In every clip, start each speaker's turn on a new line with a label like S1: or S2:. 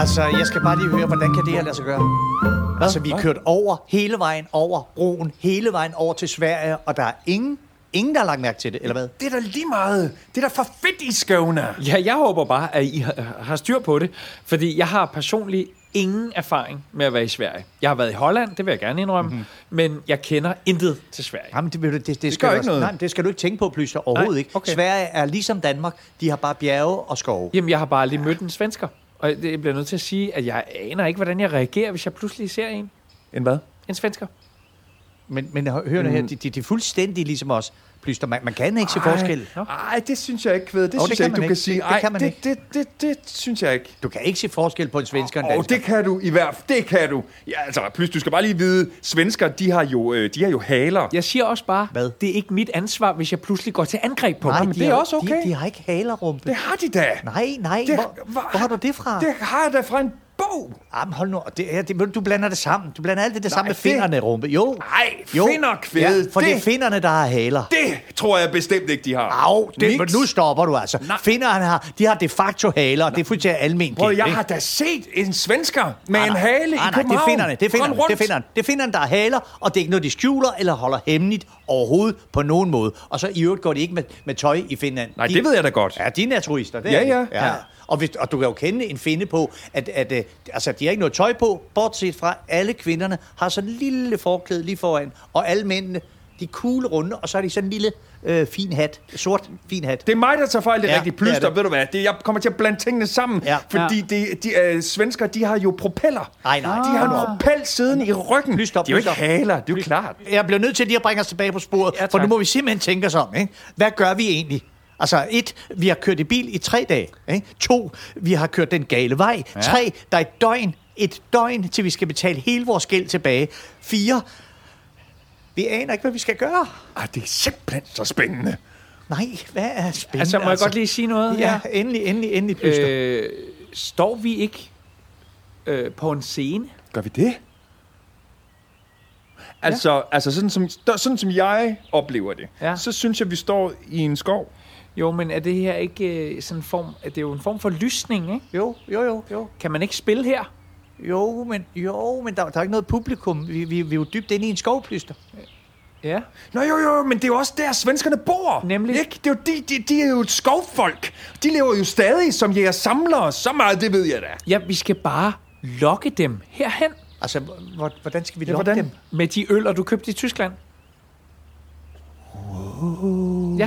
S1: Altså, jeg skal bare lige høre, hvordan kan det her lade sig gøre? Altså, vi er kørt over, hele vejen over broen, hele vejen over til Sverige, og der er ingen, ingen der har lagt mærke til det, eller hvad?
S2: Det er da lige meget. Det er da for fedt, I skøvner.
S3: Ja, jeg håber bare, at I har- har styr på det, fordi jeg har personligt ingen erfaring med at være i Sverige. Jeg har været i Holland, det vil jeg gerne indrømme,
S1: Mhm.
S3: mm-hmm. men jeg kender intet til Sverige.
S1: Jamen, det, ved du, det, det, det
S2: gør
S1: skal du
S2: ikke
S1: også-
S2: noget.
S1: Nej, men det skal du ikke tænke på, Plyster, overhovedet
S3: Nej,
S1: ikke.
S3: okay.
S1: Sverige er ligesom Danmark, de har bare bjerge og skove.
S3: Jamen, jeg har bare lige mødt en svensker, og det- jeg bliver nødt til at sige, at jeg aner ikke, hvordan jeg reagerer, hvis jeg pludselig ser en,
S2: En hvad?
S3: en svensker.
S1: Men, men hør hør nu
S2: Mm.
S1: her, de, de, de er fuldstændig ligesom os, Plyster. Man, man kan ikke se forskel.
S3: Nå.
S2: Nej, det synes jeg ikke, Kved. Det
S1: Åh,
S2: oh,
S1: det
S2: synes det
S1: kan
S2: jeg ikke,
S1: man
S2: du
S1: ikke.
S2: kan sige.
S1: Det- det
S2: Ej,
S1: kan man
S2: det,
S1: ikke.
S2: det, det, det, synes jeg ikke.
S1: Du kan ikke se forskel på en svensker og en
S2: Åh, oh,
S1: dansker.
S2: det kan du i hvert fald. Det kan du. Ja, altså, plus du skal bare lige vide, svensker, de har jo, øh, de har jo haler.
S3: Jeg siger også bare,
S1: Hvad?
S3: det er ikke mit ansvar, hvis jeg pludselig går til angreb på
S1: Nej,
S3: dem.
S1: de
S2: det er
S1: har,
S2: også okay.
S1: De, de har ikke halerumpe.
S2: Det har de da.
S1: Nej, nej.
S2: Det-
S1: hvor,
S2: hva-
S1: hvor har du det fra?
S2: Det har jeg da fra en bog.
S1: Jamen, Ah, hold nu. og Det, er- det, du blander det sammen. Du blander alt det der sammen med
S2: det-
S1: finderne, rumpe. Jo.
S2: Nej,
S1: jo.
S2: finder, Kved.
S1: Ja, for det... er
S2: Det-
S1: finderne, der har haler.
S2: Det tror jeg bestemt ikke, de har.
S1: Au, det, men
S2: Niks.
S1: nu stopper du altså. Nej. Finderne har, de har de facto haler, og det er fuldstændig almindeligt.
S2: Prøv, jeg
S1: ikke?
S2: har da set en svensker med
S1: Nej,
S2: en
S1: Ah, nej.
S2: hale
S1: nej,
S2: i
S1: nej, det
S2: København.
S1: finder det finder
S2: Rende rundt.
S1: det finder det finder der er haler, og det er ikke noget, de skjuler eller holder hemmeligt overhovedet på nogen måde. Og så i øvrigt går de ikke med, med tøj i Finland.
S2: Nej,
S1: de,
S2: det ved jeg da godt.
S1: Ja, de er naturister, det
S2: Ja,
S1: er de.
S2: ja. Ja.
S1: Og, hvis, og du kan jo kende en finde på, at, at øh, altså, de har ikke noget tøj på, bortset fra, alle kvinderne har sådan en lille forklæde lige foran, og alle mændene, de er kugle runde, og så har de sådan en lille øh, fin hat, sort fin hat.
S2: Det er mig, der tager fejl, det er
S1: Ja,
S2: ja, rigtigt.
S1: det er
S2: Plyster,
S1: det.
S2: ved du hvad, det, jeg kommer til at blande tingene sammen,
S1: Ja.
S2: ja. fordi ja. De, de, øh, svensker, de har jo propeller.
S1: Nej, nej, Ah.
S2: De
S1: det er
S2: har en
S1: noget.
S2: propel siden i ryggen.
S1: Plyster,
S2: det er jo ikke
S1: plyster.
S2: haler, det er jo klart.
S1: Jeg bliver nødt til lige at bringe os tilbage på sporet,
S3: Ja,
S1: ja,
S3: tak.
S1: for nu må vi simpelthen tænke os om. Ikke? Hvad gør vi egentlig? Altså et, vi har kørt i bil i tre dage. Ikke? To, vi har kørt den gale vej. Ja. Tre, der er et døgn, et døgn, til vi skal betale hele vores gæld tilbage. Fire, vi aner ikke, hvad vi skal gøre.
S2: Ah, det er simpelthen så spændende.
S1: Nej, hvad er spændende?
S3: Altså, må jeg godt lige sige noget?
S1: Ja, endelig, endelig, endelig, Plyster. Øh,
S3: Øh, står vi ikke øh, på en scene?
S2: Gør vi det? Altså, ja. altså sådan, som, der- sådan som jeg oplever det,
S3: Ja.
S2: ja. så synes jeg, vi står i en skov.
S3: Jo, men er det her ikke øh, sådan en form... Er det jo en form for lysning, ikke?
S1: jo, jo, jo, jo.
S3: Kan man ikke spille her?
S1: Jo, men, jo, men der, der er ikke noget publikum. Vi, vi, vi er jo dybt inde i en skovplyster.
S3: Ja.
S2: Nå jo, jo, men det er jo også der, svenskerne bor.
S3: Nemlig.
S2: Ikke? Det er jo, de, de, de er jo et skovfolk. De lever jo stadig som jæger samlere. Så meget, det ved jeg da.
S3: Ja, vi skal bare lokke dem herhen
S1: Altså, hvor- hvor- hvordan skal vi
S2: Ja,
S1: lukke
S2: hvordan?
S1: dem?
S3: med de øller, du købte i Tyskland. Ja,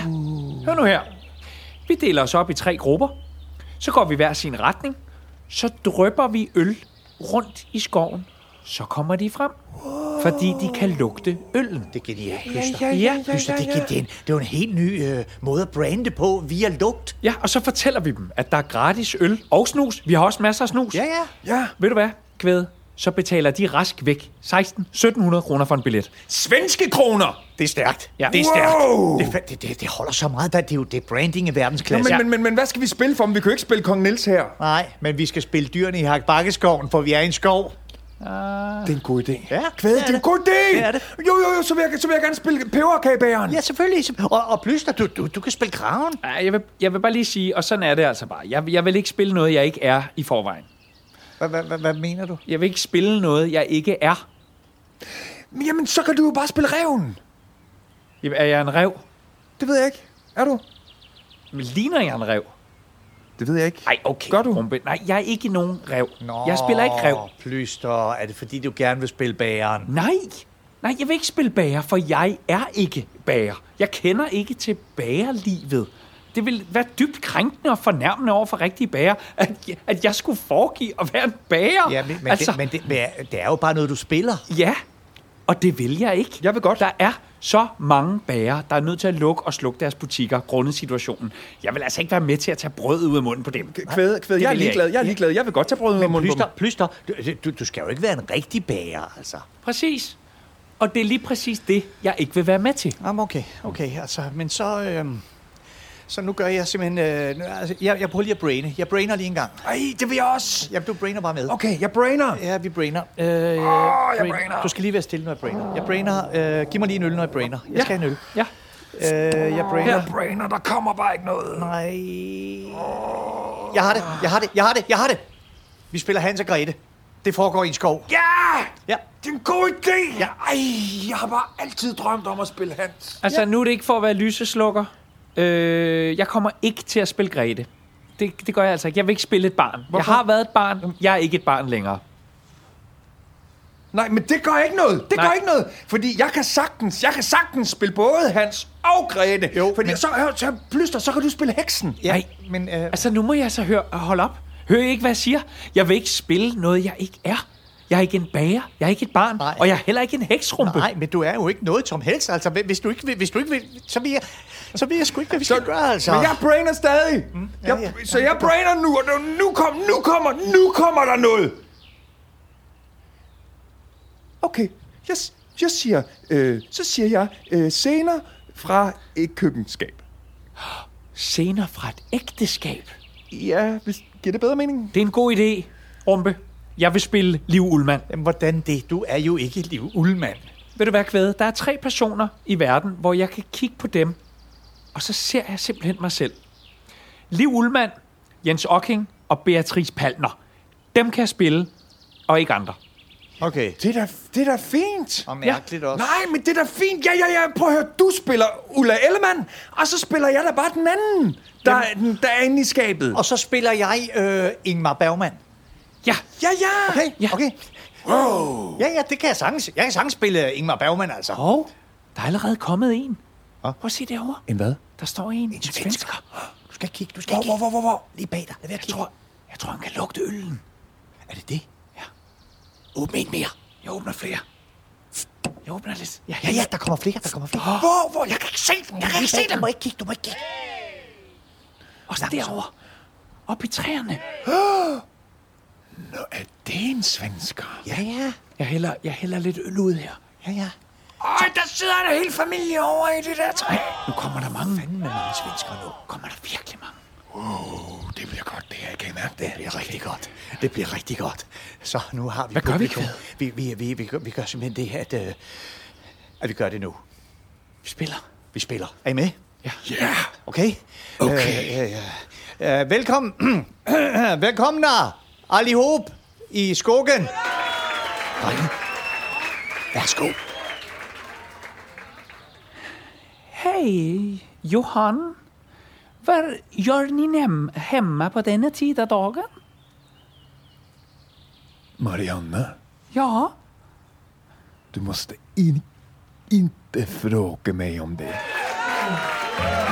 S3: hør nu her. Vi deler os op i tre grupper. Så går vi hver sin retning. Så drøber vi øl rundt i skoven. Så kommer de frem, fordi de kan lugte øllen.
S1: Det er genialt, Plyster.
S3: Ja,
S1: Plyster, det, det, det, er en- det er jo en helt ny øh, måde at brande på via lugt.
S3: ja, og så fortæller vi dem, at der er gratis øl og snus. Vi har også masser af snus.
S1: ja.
S2: Ja.
S3: Ved du hvad, kvæde? Så betaler de rask væk 16-1700 kroner for en billet.
S2: Svenske kroner!
S1: Det er stærkt.
S3: Ja.
S1: Det er
S2: Wow!
S1: stærkt. Det, fa- det, det, det holder så meget, da det er jo det er branding i verdensklasse.
S2: Men, men, men, men hvad skal vi spille for dem? Vi kan jo ikke spille Kong Nils her.
S1: Nej, men vi skal spille dyrene i Hakbakkeskoven, for vi er i en skov.
S2: Det er en god idé.
S1: Ja,
S2: Kvæd,
S1: det
S2: det
S1: er
S2: er en
S1: det.
S2: god idé!
S1: Det er det.
S2: Jo, jo, jo, så vil jeg, så vil jeg gerne spille peberkagebæren.
S1: Ja, selvfølgelig. Og, og Plyster, du, du, du kan spille kraven.
S3: Ej, Jeg vil, jeg vil bare lige sige, og sådan er det altså bare. Jeg, jeg vil ikke spille noget, jeg ikke er i forvejen.
S1: Hvad- hvad- hvad- Hvad mener du?
S3: Jeg vil ikke spille noget, jeg ikke er.
S2: Men Jamen, så kan du jo bare spille reven.
S3: Jamen, Er jeg en rev?
S2: Det ved jeg ikke. Er du?
S3: Men Ligner jeg en rev?
S2: Det ved jeg ikke.
S3: Nej, okay.
S2: Gør du?
S3: Rumpe. Nej, jeg er ikke nogen rev. Jeg spiller ikke rev.
S1: Plyster, er det fordi, du gerne vil spille bageren?
S3: Nej, nej, jeg vil ikke spille bager, for jeg er ikke bager. Jeg kender ikke til bagerlivet. Det vil være dybt krænkende og fornærmende over for rigtige bager, at, jeg- at jeg skulle foregive at være en bager.
S1: Ja, men, men, altså... det, men, det, men det er jo bare noget, du spiller.
S3: Ja, og det vil jeg ikke.
S2: Jeg vil godt.
S3: Der er så mange bager, der er nødt til at lukke og slukke deres butikker, grundet situationen. Jeg vil altså ikke være med til at tage brød ud af munden på dem.
S2: Kvæd, kvæd. Jeg er
S3: vil jeg
S2: ligeglad.
S3: ikke.
S2: Jeg er ligeglad. Jeg vil godt tage brød ud af munden på
S1: Plyster,
S2: dem.
S1: Plyster, du, du, du skal jo ikke være en rigtig bager, altså.
S3: Præcis. Og det er lige præcis det, jeg ikke vil være med til.
S1: Jamen okay,
S2: Mm.
S1: okay, altså, men så, øhm, så nu gør jeg simpelthen, øh, nu- altså, jeg, jeg prøver lige at braine, jeg brainer lige en gang.
S2: Ej, det vil jeg også.
S1: Jamen, du brainer bare med.
S2: Okay, jeg brainer.
S1: Ja, vi brainer. Øh, oh,
S2: jeg brainer.
S1: Du skal lige være stille, når jeg brainer. Jeg brainer, øh, giv mig lige en øl, når jeg brainer. Jeg skal have en øl.
S3: Ja.
S1: Øh, jeg brainer.
S3: Her.
S2: Brainer, der kommer bare ikke noget.
S1: Nej. Jeg har det, jeg har det, jeg har det, jeg har det. Vi spiller Hans og Grete. Det foregår i en skov.
S2: Ja!
S1: Ja.
S2: Det er en god idé! Ja. Ej, jeg har bare altid drømt om at spille Hans.
S3: Altså, nu er det ikke for at være lyseslukker. Øh, jeg kommer ikke til at spille Grete. Det, det gør jeg altså ikke. Jeg vil ikke spille et barn. Hvorfor? Jeg har været et barn. Jeg er ikke et barn længere.
S2: Nej, men det gør ikke noget. Det Nej.
S3: Nej.
S2: gør ikke noget. Fordi jeg kan sagtens, jeg kan sagtens spille både Hans og Grete.
S1: Jo,
S2: fordi
S1: men-
S2: men... så, hør, så plyster, så kan du spille heksen.
S1: Ja,
S3: Nej.
S1: men øh,
S3: Altså, nu må jeg så høre, hold op. Hører I ikke, hvad jeg siger? Jeg vil ikke spille noget, jeg ikke er. Jeg er ikke en bager, jeg er ikke et barn,
S1: Nej.
S3: og jeg er heller ikke en heksrumpe.
S1: nej, men du er jo ikke noget som helst, altså. Hvis du ikke vil, hvis du ikke vil så, vil jeg, så vil jeg sgu ikke, hvad vi skal gøre, altså.
S2: Men jeg brainer stadig. Mm.
S1: Ja,
S2: Jeg,
S1: ja.
S2: Så jeg brainer nu, og nu, nu, kom, nu, kommer, nu kommer der noget. Okay, jeg, s- jeg siger, øh, så siger jeg øh, scener fra et køkkenskab.
S3: Senere fra et ægteskab.
S2: Ja, hvis, giver det bedre mening?
S3: Det er en god idé, Rumpe. Jeg vil spille Liv Ullmann.
S1: Jamen, hvordan det? Du er jo ikke Liv Ullmann.
S3: Ved du hvad, Kvæde? Der er tre personer i verden, hvor jeg kan kigge på dem, og så ser jeg simpelthen mig selv. Liv Ullmann, Jens Ocking og Beatrice Palner. Dem kan jeg spille, og ikke andre.
S1: Okay.
S2: Det er da, det er da fint.
S1: Og mærkeligt ja. også.
S2: Nej, men det er da fint. Ja, ja, ja. Prøv at høre, du spiller Ulla Ellemann, og så spiller jeg da bare den anden, der, den, der er inde i skabet.
S1: Og så spiller jeg øh, Ingmar Bergman.
S3: Ja,
S2: Ja, ja.
S1: Okay,
S3: Ja.
S1: ja. okay. Wow. Ja, ja, det kan jeg sagtens. Jeg kan sagtens spille Ingmar Bergman, altså.
S3: og der er allerede kommet en. Prøv at se derovre.
S2: En hvad?
S3: Der står en, en svensker.
S1: Du skal kigge, du skal
S2: Hvor,
S1: kigge.
S2: hvor, hvor, hvor, hvor?
S1: Lige bag dig. Lad være at
S3: Jeg
S1: kigge.
S3: tror, jeg tror, han kan lugte øllen.
S1: Er det det?
S3: Ja.
S1: Åbn en mere.
S3: Jeg åbner flere. Jeg åbner lidt.
S1: Ja, ja, der kommer flere, der kommer flere.
S2: Hvor, hvor? Jeg kan ikke se den. Jeg kan ikke se
S1: Du
S2: den.
S1: må ikke kigge, du må ikke kigge.
S3: Og så derovre. Op i træerne.
S2: Er det en svensker?
S1: Ja, ja,
S3: Jeg hælder, jeg hælder lidt øl ud her.
S1: ja, ja.
S2: Øj, der sidder en hel familie over i det der træ.
S3: Nu kommer der mange. Fanden med mange svenskere nu. Kommer der virkelig mange.
S2: Uh, det bliver godt, det her. Jeg kan mærke det.
S1: Det bliver rigtig godt. Det bliver rigtig godt. Så nu har vi
S3: Hvad gør vi,
S1: publikum. Vi, vi, vi, vi, gør, vi gør simpelthen det her, at, øh, at vi gør det nu.
S3: Vi spiller.
S1: Vi spiller. Er I med?
S2: Ja. Yeah.
S1: Okay? Okay. Øh, øh, øh, øh, velkommen. velkommen der. Allihop i skogen. Drenge. Værsgo.
S3: Hej, Johan. Hvad gør ni hem- hemma på denne tid af dagen?
S2: Marianne,
S3: Ja,
S2: du måste in, inte fråga mig om det.